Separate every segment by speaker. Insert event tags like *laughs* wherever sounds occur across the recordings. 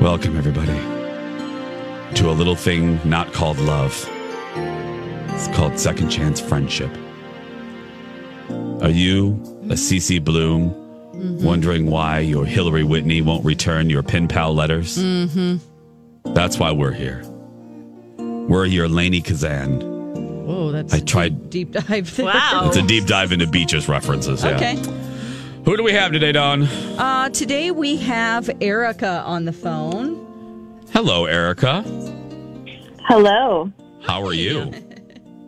Speaker 1: Welcome, everybody, to a little thing not called love. It's called second chance friendship. Are you a CC Bloom wondering why your Hillary Whitney won't return your pen pal letters? Mm-hmm. That's why we're here. We're your Laney Kazan.
Speaker 2: Whoa, that's
Speaker 1: I tried.
Speaker 2: deep dive.
Speaker 3: *laughs* Wow.
Speaker 1: It's a deep dive into Beaches references. Yeah.
Speaker 2: okay.
Speaker 1: Who do we have today, Don?
Speaker 2: Uh, today we have Erica on the phone.
Speaker 1: Hello, Erica.
Speaker 4: Hello.
Speaker 1: How are you?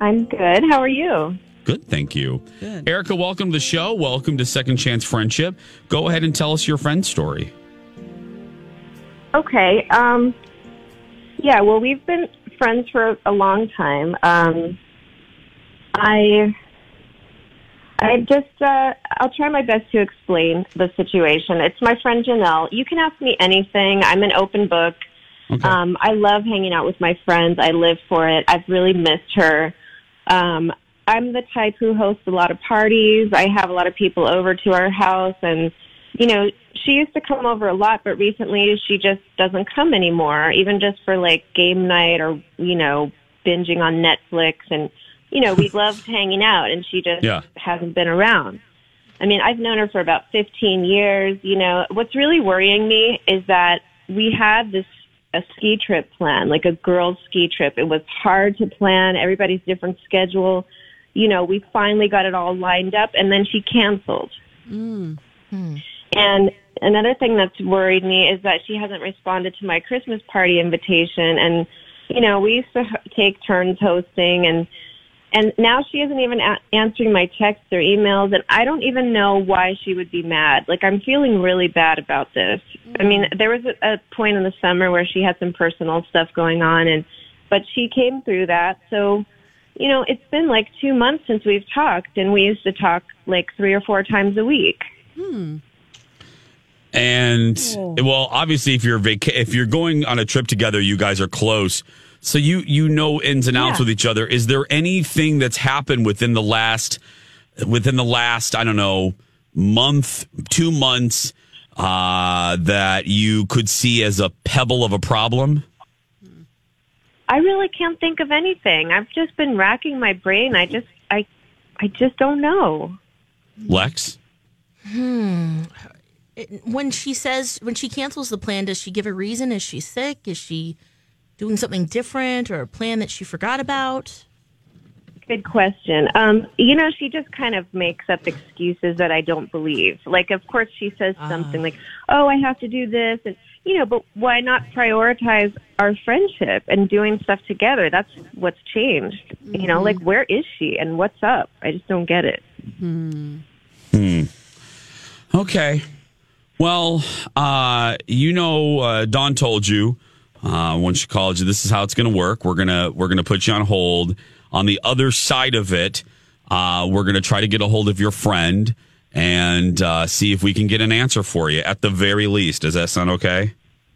Speaker 4: I'm good. How are you?
Speaker 1: Good, thank you.
Speaker 2: Good.
Speaker 1: Erica, welcome to the show. Welcome to Second Chance Friendship. Go ahead and tell us your friend story.
Speaker 4: Okay. Um yeah, well we've been friends for a long time. Um I I just uh I'll try my best to explain the situation. It's my friend Janelle. You can ask me anything. I'm an open book.
Speaker 1: Okay.
Speaker 4: Um, I love hanging out with my friends. I live for it. I've really missed her. Um, I'm the type who hosts a lot of parties. I have a lot of people over to our house, and you know, she used to come over a lot, but recently she just doesn't come anymore. Even just for like game night or you know, binging on Netflix, and you know, we loved hanging out, and she just
Speaker 1: Yeah.
Speaker 4: hasn't been around. I mean, I've known her for about 15 years. You know, what's really worrying me is that we had this a ski trip plan, like a girls ski trip. It was hard to plan. Everybody's different schedule. You know, we finally got it all lined up and then she canceled. And another thing that's worried me is that she hasn't responded to my Christmas party invitation. And you know, we used to h- take turns hosting, and and now she isn't even a- answering my texts or emails. And I don't even know why she would be mad. Like I'm feeling really bad about this. I mean, there was a, a point in the summer where she had some personal stuff going on, and but she came through that. So. You know, it's been like two months since we've talked, and we used to talk like three or four times a week.
Speaker 1: And well, obviously, if you're vac- if you're going on a trip together, you guys are close, so you you know ins and outs
Speaker 4: Yeah.
Speaker 1: with each other. Is there anything that's happened within the last within the last I don't know month, two months uh, that you could see as a pebble of a problem?
Speaker 4: I really can't think of anything. I've just been racking my brain. I just I I just don't know.
Speaker 1: Lex,
Speaker 3: when she says when she cancels the plan, does she give a reason? Is she sick? Is she doing something different or a plan that she forgot about?
Speaker 4: Good question. Um, you know, she just kind of makes up excuses that I don't believe. Like of course she says something like, "Oh, I have to do this." And you know, but why not prioritize our friendship and doing stuff together? That's what's changed. You know, like where is she and what's up? I just don't get it.
Speaker 1: Okay. Well, uh, you know, uh, Don told you uh, when she called you, this is how it's going to work. We're gonna we're gonna put you on hold. On the other side of it, uh, we're gonna try to get a hold of your friend and uh, see if we can get an answer for you. At the very least, does that sound okay?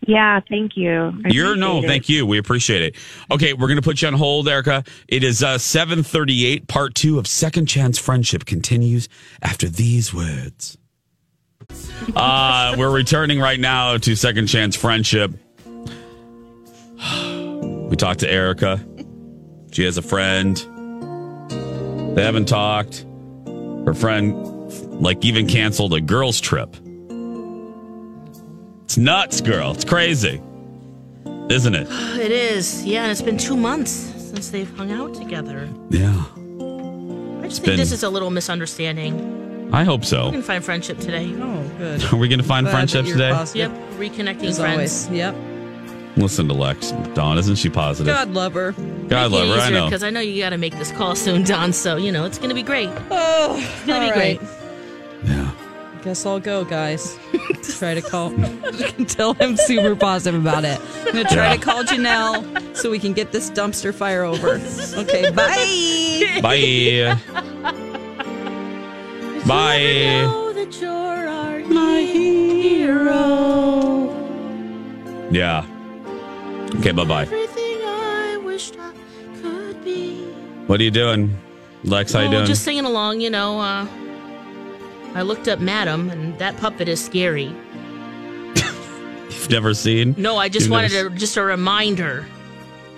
Speaker 4: Yeah, thank you. I
Speaker 1: You're no,
Speaker 4: appreciate it.
Speaker 1: thank you. We appreciate it. Okay, we're gonna put you on hold, Erica. It is uh, seven thirty eight. Part two of Second Chance Friendship continues after these words. Uh, *laughs* we're returning right now to Second Chance Friendship. *sighs* We talked to Erica. She has a friend. They haven't talked. Her friend, like, even canceled a girls' trip. It's nuts, girl. It's crazy, isn't it?
Speaker 3: It is. Yeah, and it's been two months since they've hung out together.
Speaker 1: Yeah.
Speaker 3: I just
Speaker 1: been-
Speaker 3: think this is a little misunderstanding.
Speaker 1: I hope
Speaker 3: We can
Speaker 1: so.
Speaker 3: find friendship today.
Speaker 2: Oh, good.
Speaker 1: Are we going to find
Speaker 2: Glad
Speaker 1: friendships
Speaker 2: that you're
Speaker 1: today?
Speaker 2: positive,
Speaker 3: Yep, reconnecting
Speaker 2: As
Speaker 3: friends.
Speaker 2: always. Yep.
Speaker 1: Listen to Lex. Dawn, isn't she positive?
Speaker 2: God love her.
Speaker 1: God love her. I know.
Speaker 3: Because I know you got to make this call soon, Don. So you know it's gonna be great.
Speaker 2: Oh,
Speaker 3: It's gonna be great.
Speaker 1: Yeah.
Speaker 2: Guess I'll go, guys. try to call. Tell him super positive about it. I'm gonna try
Speaker 1: Yeah.
Speaker 2: to call Janelle so we can get this dumpster fire over. Okay, bye.
Speaker 1: Bye. Bye.
Speaker 3: Know that you're our hero.
Speaker 1: Yeah. Okay, bye bye.
Speaker 3: Everything I wished I could be.
Speaker 1: What are you doing? Lex, how you
Speaker 3: Oh,
Speaker 1: doing?
Speaker 3: Just singing along, you know. Uh, I looked up Madam, and that puppet is scary.
Speaker 1: You've never seen?
Speaker 3: No, I just
Speaker 1: You've
Speaker 3: wanted
Speaker 1: never
Speaker 3: a, just a reminder.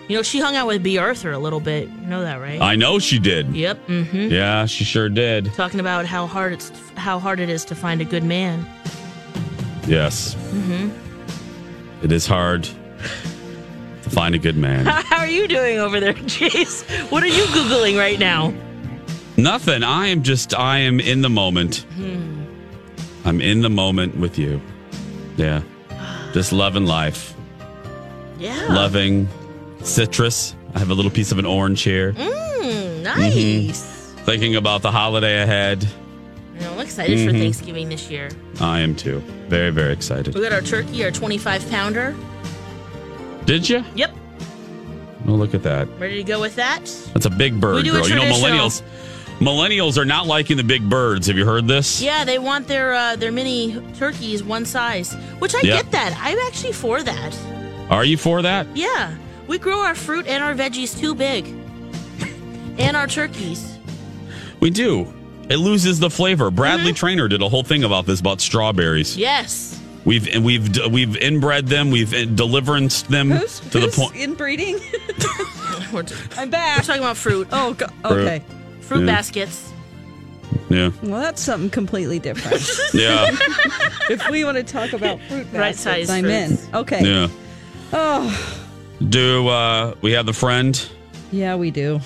Speaker 3: You know, she hung out with B. Arthur a little bit. You know that, right?
Speaker 1: s- I know she did.
Speaker 3: yep. hmm
Speaker 1: Yeah, she sure did.
Speaker 3: Talking about how hard it's how hard it is to find a good man. *laughs*
Speaker 1: Yes. It is hard to find a good man.
Speaker 3: How are you doing over there, *laughs* Chase? What are you googling right now?
Speaker 1: Nothing. I am just, I am in the moment.
Speaker 3: Hmm.
Speaker 1: I'm in the moment with you. Yeah. Just loving life,
Speaker 3: Yeah.
Speaker 1: loving citrus. I have a little piece of an orange here.
Speaker 3: Mm,
Speaker 1: Mm-hmm.
Speaker 3: nice.
Speaker 1: Thinking about the holiday ahead.
Speaker 3: You know, I'm excited
Speaker 1: Mm-hmm.
Speaker 3: for Thanksgiving this year.
Speaker 1: I am too. Very, very excited.
Speaker 3: We got our turkey, our 25 pounder.
Speaker 1: Did you?
Speaker 3: Yep.
Speaker 1: Oh, look at that.
Speaker 3: Ready to go with that?
Speaker 1: That's a big bird,
Speaker 3: We do a
Speaker 1: girl. You know,
Speaker 3: traditional.
Speaker 1: millennials, millennials are not liking the big birds. Have you heard this?
Speaker 3: Yeah, they want their uh, their mini turkeys one size, which I
Speaker 1: Yeah.
Speaker 3: get that. I'm actually for that.
Speaker 1: Are you for that?
Speaker 3: Yeah, we grow our fruit and our veggies too big, *laughs* and our turkeys.
Speaker 1: We do. It loses the flavor. Bradley
Speaker 3: Mm-hmm.
Speaker 1: Trainer did a whole thing about this about strawberries.
Speaker 3: Yes, *laughs*
Speaker 1: We've and we've d- we've inbred them. We've in- deliveranced them
Speaker 2: Who's,
Speaker 1: to the
Speaker 2: who's
Speaker 1: point.
Speaker 2: inbreeding?
Speaker 3: we're, t-
Speaker 2: *laughs*
Speaker 3: we're
Speaker 2: I'm back.
Speaker 3: talking about fruit, Oh,
Speaker 2: Oh, go- okay.
Speaker 3: fruit
Speaker 1: Yeah.
Speaker 3: baskets.
Speaker 1: Yeah,
Speaker 2: Well, that's something completely
Speaker 3: *laughs*
Speaker 2: different. *laughs*
Speaker 1: yeah,
Speaker 2: if we want to talk about fruit
Speaker 3: Right
Speaker 2: baskets,
Speaker 3: size
Speaker 2: I'm
Speaker 3: fruits.
Speaker 2: in. Okay.
Speaker 1: yeah.
Speaker 2: Oh,
Speaker 1: Do uh, we have the friend?
Speaker 2: yeah, we do.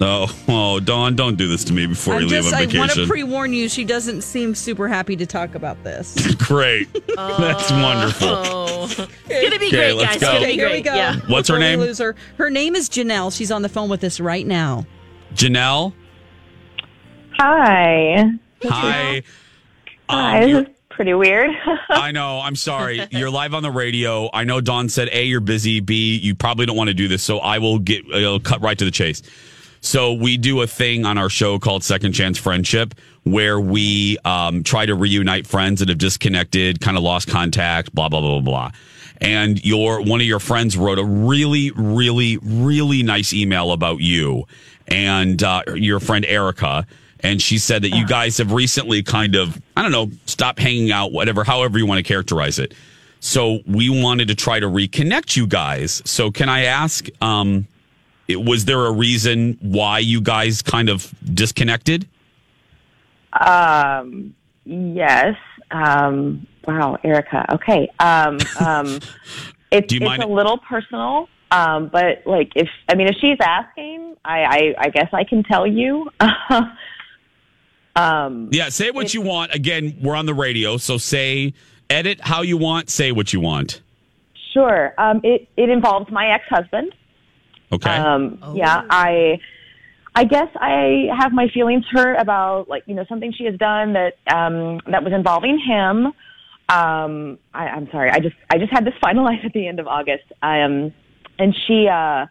Speaker 1: Oh, *laughs* oh, Dawn, don't do this to me before
Speaker 2: I'm
Speaker 1: you leave
Speaker 2: just,
Speaker 1: on
Speaker 2: I want to
Speaker 1: vacation.
Speaker 2: pre-warn you. She doesn't seem super happy to talk about
Speaker 1: *laughs*
Speaker 2: this.
Speaker 1: Great, *laughs* that's wonderful. *laughs*
Speaker 3: Oh, gonna be
Speaker 1: Okay,
Speaker 3: great,
Speaker 1: let's
Speaker 3: guys.
Speaker 1: go.
Speaker 3: It's gonna
Speaker 2: Okay,
Speaker 3: be
Speaker 2: here
Speaker 3: great.
Speaker 2: we go.
Speaker 3: Yeah.
Speaker 1: Oh. What's her
Speaker 2: Before we
Speaker 1: name?
Speaker 2: Lose her. her name is Janelle. She's on the phone with us right now.
Speaker 1: Janelle,
Speaker 4: Hi.
Speaker 1: hi. Um,
Speaker 4: Hi.
Speaker 1: you're-
Speaker 4: This is pretty weird.
Speaker 1: *laughs*
Speaker 4: *laughs*
Speaker 1: I know. I'm
Speaker 2: *laughs*
Speaker 1: sorry. You're live on the radio. I know Don said, A, you're busy. B, you probably don't want to do this. So I will get, I'll cut right to the chase. So we do a thing on our show called Second Chance Friendship where we um, try to reunite friends that have disconnected, kind of lost contact, blah, blah, blah, blah, blah. And your one of your friends wrote a really, really, really nice email about you and uh, your friend Erica and she said that you guys have recently kind of i don't know stop hanging out whatever however you want to characterize it so we wanted to try to reconnect you guys so can i ask um it, was there a reason why you guys kind of disconnected
Speaker 4: Um, yes. Um, wow, Erica. Okay. Um,
Speaker 1: *laughs*
Speaker 4: um, it's,
Speaker 1: Do you
Speaker 4: it's
Speaker 1: mind-
Speaker 4: a little personal, um, but like if I mean if she's asking, I I, I guess I can tell
Speaker 5: *laughs*
Speaker 4: you. um,
Speaker 1: yeah say what you want again we're on the radio so say edit how you want say what you want
Speaker 4: sure. Um, it it involves my ex husband.
Speaker 1: okay
Speaker 3: Uh,
Speaker 4: Um, Yeah, I, I guess I have my feelings hurt about like you know something she has done that um, that was involving him. Um, I, I'm sorry. I just I just had this *laughs* finalized at the end of August. Um, and she uh,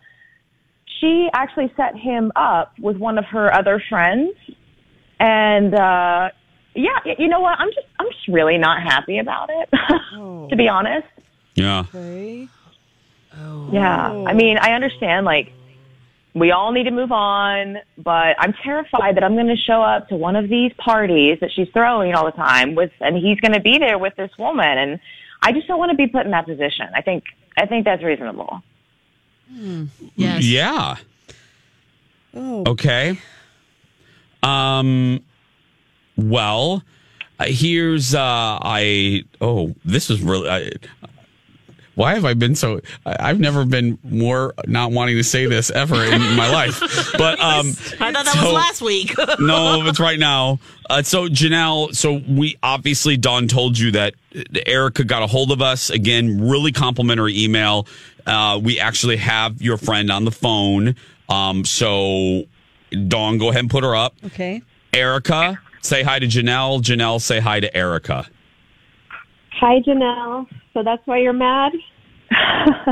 Speaker 4: she actually set him up with one of her other friends, and uh, yeah, y- you know what? I'm just I'm just really not happy about it, *laughs* to be honest.
Speaker 1: yeah
Speaker 4: Yeah. I mean, I understand, like, we all need to move on, but I'm terrified that I'm going to show up to one of these parties that she's throwing all the time with, and he's going to be there with this woman. And I just don't want to be put in that position. I think, I think that's reasonable.
Speaker 3: Yes. Oh.
Speaker 1: Yeah. Okay. Um well, Uh, here's uh, I. Oh, this is really. I, why have I been so? I, I've never been more not wanting to say this ever in my
Speaker 3: *laughs*
Speaker 1: life. But um,
Speaker 3: I thought that
Speaker 1: so-
Speaker 3: was last week. *laughs*
Speaker 1: no, it's right now. Uh, so Janelle, so we obviously Don told you that uh, Erica got a hold of us again. Really complimentary email. Uh, we actually have your friend on the phone. Um, so Dawn, go ahead and put her up.
Speaker 2: Okay.
Speaker 1: Erica, say hi to Janelle. Janelle, say hi to Erica.
Speaker 4: Hi, Janelle. So that's why you're mad?
Speaker 5: *laughs*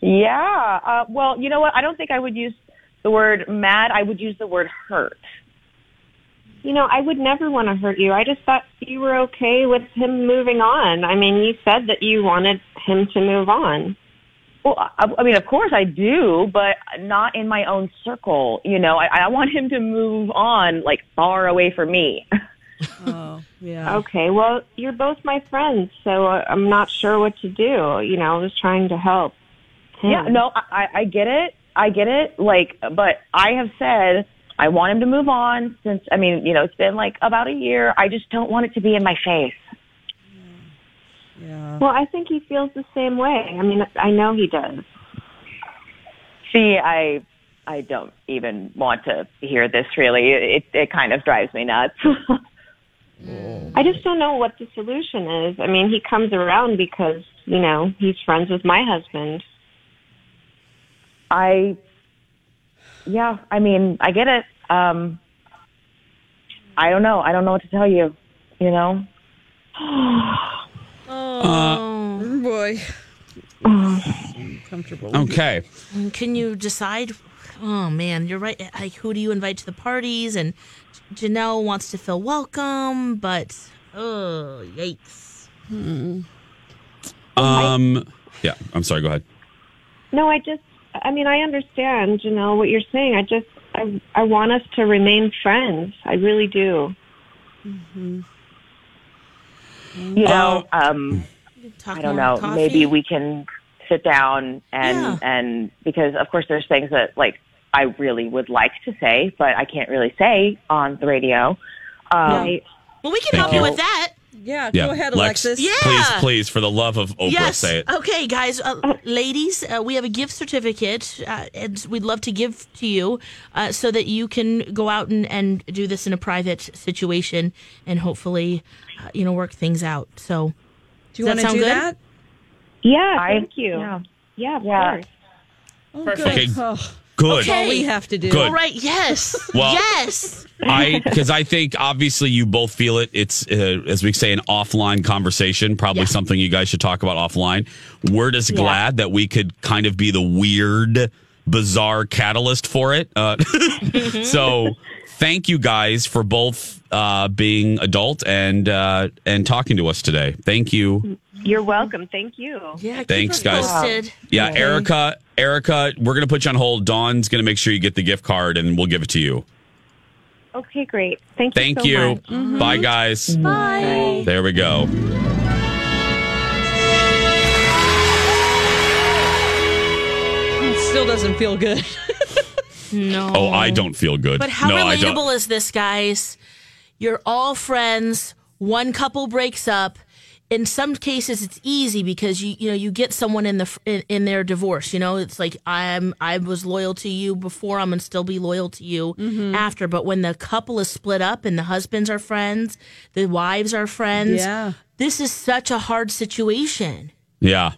Speaker 5: yeah. Uh, well, you know what? I don't think I would use the word mad. I would use the word hurt.
Speaker 4: You know, I would never want to hurt you. I just thought you were okay with him moving on. I mean, you said that you wanted him to move on.
Speaker 5: Well, I, I mean, of course I do, but not in my own circle. You know, I, I want him to move on, like far away from me. *laughs*
Speaker 2: Oh, yeah.
Speaker 4: Okay, well, you're both my friends, so uh, I'm not sure what to do. You know, I was trying to help. him.
Speaker 5: Yeah, no, I, I- I get it. I get it. Like, but I have said I want him to move on since, I mean, you know, it's been like about a year. I just don't want it to be in my face.
Speaker 2: Yeah.
Speaker 4: Well, I think he feels the same way. I mean, I know he does.
Speaker 5: See, I, I don't even want to hear this really. It, it kind of drives me nuts. *laughs*
Speaker 4: I just don't know what the solution is. I mean, he comes around because, you know, he's friends with my husband.
Speaker 5: I, yeah, I mean, I get it. Um, I don't know. I don't know what to tell you, you know?
Speaker 3: oh.
Speaker 2: Boy. Uncomfortable.
Speaker 1: Okay.
Speaker 3: And Can you decide? Oh man, you're right. Like, who do you invite to the parties? And Janelle wants to feel welcome, but oh yikes!
Speaker 1: Um. Yeah. I'm sorry. Go ahead.
Speaker 4: No, I just, I mean, I understand, Janelle, what you're saying. I just, I, I want us to remain friends. I really do.
Speaker 5: You know, um,
Speaker 3: Talk
Speaker 5: I don't
Speaker 3: more
Speaker 5: know.
Speaker 3: coffee.
Speaker 5: Maybe we can sit down and
Speaker 3: Yeah.
Speaker 5: and because of course there's things that like I really would like to say, but I can't really say on the radio. Um,
Speaker 4: Right.
Speaker 3: Well, we can
Speaker 1: Thank
Speaker 3: help
Speaker 1: you.
Speaker 3: you with that.
Speaker 2: Yeah,
Speaker 1: Yeah.
Speaker 2: go ahead,
Speaker 1: Lex,
Speaker 2: Alexis.
Speaker 3: Yeah.
Speaker 1: Please, please, for the love of Oprah,
Speaker 3: uh, yes.
Speaker 1: say it.
Speaker 3: Okay, guys, uh, ladies, uh, we have a gift certificate, uh, and we'd love to give to you uh, so that you can go out and, and do this in a private situation and hopefully, uh, you know, work things out. So,
Speaker 2: Do you
Speaker 3: Does
Speaker 2: want
Speaker 3: that
Speaker 2: to
Speaker 3: sound
Speaker 2: do
Speaker 3: good?
Speaker 2: that?
Speaker 4: Yeah,
Speaker 5: I-
Speaker 4: thank you.
Speaker 5: yeah.
Speaker 4: Yeah, of
Speaker 5: Yeah.
Speaker 4: course.
Speaker 2: Oh,
Speaker 1: Okay.
Speaker 2: good. Oh,
Speaker 1: Good.
Speaker 3: Okay.
Speaker 2: all we have to do.
Speaker 1: Good.
Speaker 3: all right, yes,
Speaker 1: Well-
Speaker 3: yes.
Speaker 1: *laughs* I because I think obviously you both feel it. It's uh, as we say an offline conversation, probably
Speaker 3: Yeah.
Speaker 1: something you guys should talk about offline. We're just glad that we could kind of be the weird, bizarre catalyst for it. Uh, *laughs* so thank you guys for both uh, being adult and uh, and talking to us today. Thank you.
Speaker 4: You're welcome. Thank you.
Speaker 3: Yeah, keep
Speaker 1: Thanks,
Speaker 3: us
Speaker 1: guys.
Speaker 3: Posted.
Speaker 1: Yeah, Erica. Erica, we're gonna put you on hold. Dawn's gonna make sure you get the gift card, and we'll give it to you.
Speaker 4: Okay, great. Thank you.
Speaker 1: Thank
Speaker 4: so
Speaker 1: you. Mm-hmm.
Speaker 4: much.
Speaker 1: Bye, guys.
Speaker 3: Bye.
Speaker 1: There we go.
Speaker 2: It still doesn't feel good.
Speaker 3: No.
Speaker 1: Oh, I don't feel good.
Speaker 3: But how
Speaker 1: no, I don't.
Speaker 3: relatable is this, guys? You're all friends. One couple breaks up. In some cases, it's easy because you you know you get someone in the fr- in, in their divorce. You know, it's like I'm I was loyal to you before. I'm gonna still be loyal to you after. But when the couple is split up and the husbands are friends, the wives are friends.
Speaker 2: Yeah.
Speaker 3: this is such a hard situation.
Speaker 1: Yeah.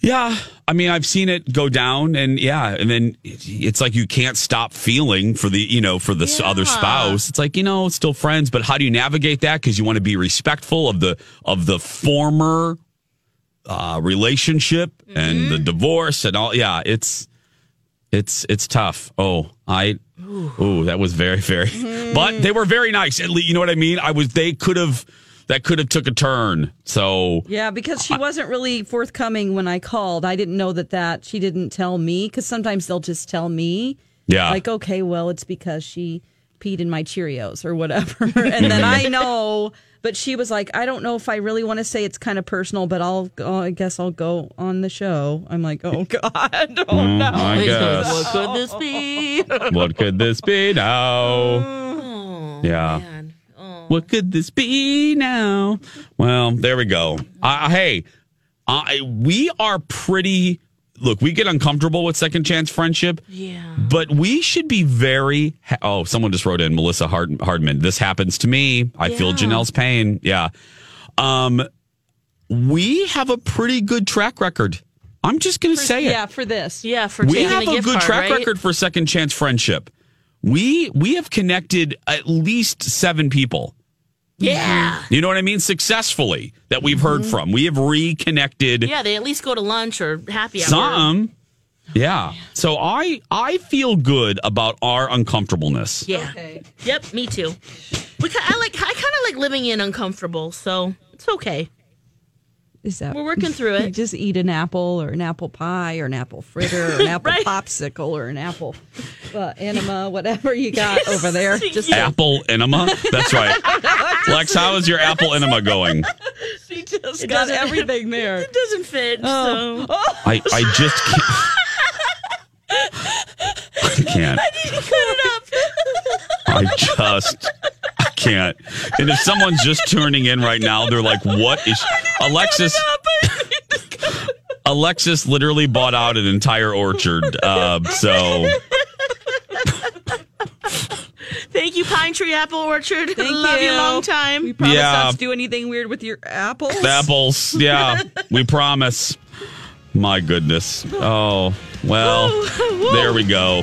Speaker 1: Yeah. I mean, I've seen it go down and yeah. And then it's like you can't stop feeling for the, you know, for the s other spouse. It's like, you know, still friends, but how do you navigate that? Cause you want to be respectful of the, of the former uh, relationship and the divorce and all. Yeah. It's, it's, it's tough. Oh, I, ooh, that was very, very, but they were very nice. At least, you know what I mean? I was, they could have, that could have took a turn. So,
Speaker 2: Yeah, because she wasn't really forthcoming when I called. I didn't know that that she didn't tell me because sometimes they'll just tell me.
Speaker 1: Yeah.
Speaker 2: Like, okay, well, it's because she peed in my Cheerios or whatever. *laughs* and
Speaker 1: *laughs*
Speaker 2: then I know, but she was like, I don't know if I really want to say it's kind of personal, but I'll, oh, I guess I'll go on the show. I'm like, oh *laughs* God,
Speaker 1: *laughs*
Speaker 2: oh
Speaker 1: Mm,
Speaker 2: no.
Speaker 1: I guess.
Speaker 3: What could this be?
Speaker 1: what could this be now? Mm. yeah.
Speaker 3: Oh.
Speaker 1: What could this be now? Well, there we go. Uh, hey, I, we are pretty. Look, we get uncomfortable with second chance friendship. Yeah. But we should be very. Ha- oh, someone just wrote in Melissa Hard- Hardman. This happens to me. I feel Janelle's pain. Yeah. Um, we have a pretty good track record. I'm just going to say it
Speaker 2: yeah, for this.
Speaker 3: Yeah, for
Speaker 1: we
Speaker 3: taking
Speaker 1: have a
Speaker 3: gift
Speaker 1: good
Speaker 3: card,
Speaker 1: track
Speaker 3: right?
Speaker 1: record for second chance friendship. We we have connected at least seven people.
Speaker 3: Yeah.
Speaker 1: You know what I mean? Successfully that we've heard from. We have reconnected
Speaker 3: Mm-hmm. *laughs* Yeah, they at least go to lunch or happy hour.
Speaker 1: some. Yeah. So I I feel good about our uncomfortableness.
Speaker 3: Yeah. Yep, me too. We, ki- I like I kind of like living in uncomfortable, so it's okay.
Speaker 2: Is that
Speaker 3: We're working through
Speaker 2: *laughs* You
Speaker 3: it.
Speaker 2: just eat an apple or an apple pie or an apple fritter
Speaker 3: *laughs*
Speaker 2: or an apple
Speaker 3: Right.
Speaker 2: popsicle or an apple uh, enema, whatever you got over
Speaker 3: *laughs*
Speaker 2: there. Just
Speaker 1: Apple enema. That's right. Lex, how is your apple enema going?
Speaker 3: She just
Speaker 2: got everything there.
Speaker 3: It doesn't fit.
Speaker 2: Oh.
Speaker 3: So
Speaker 1: I I just can't. I can't. I just I can't. And if someone's just tuning in right now, they're like, "What is Alexis?" Alexis literally bought out an entire orchard. Uh, so
Speaker 3: Thank you, Pine Tree Apple Orchard. *laughs*
Speaker 2: Thank
Speaker 3: *laughs* Love you.
Speaker 2: you.
Speaker 3: long time.
Speaker 2: We promise
Speaker 1: Yeah.
Speaker 2: not to do anything weird with your apples.
Speaker 1: apples, yeah, we promise. My goodness. Oh well, there we go.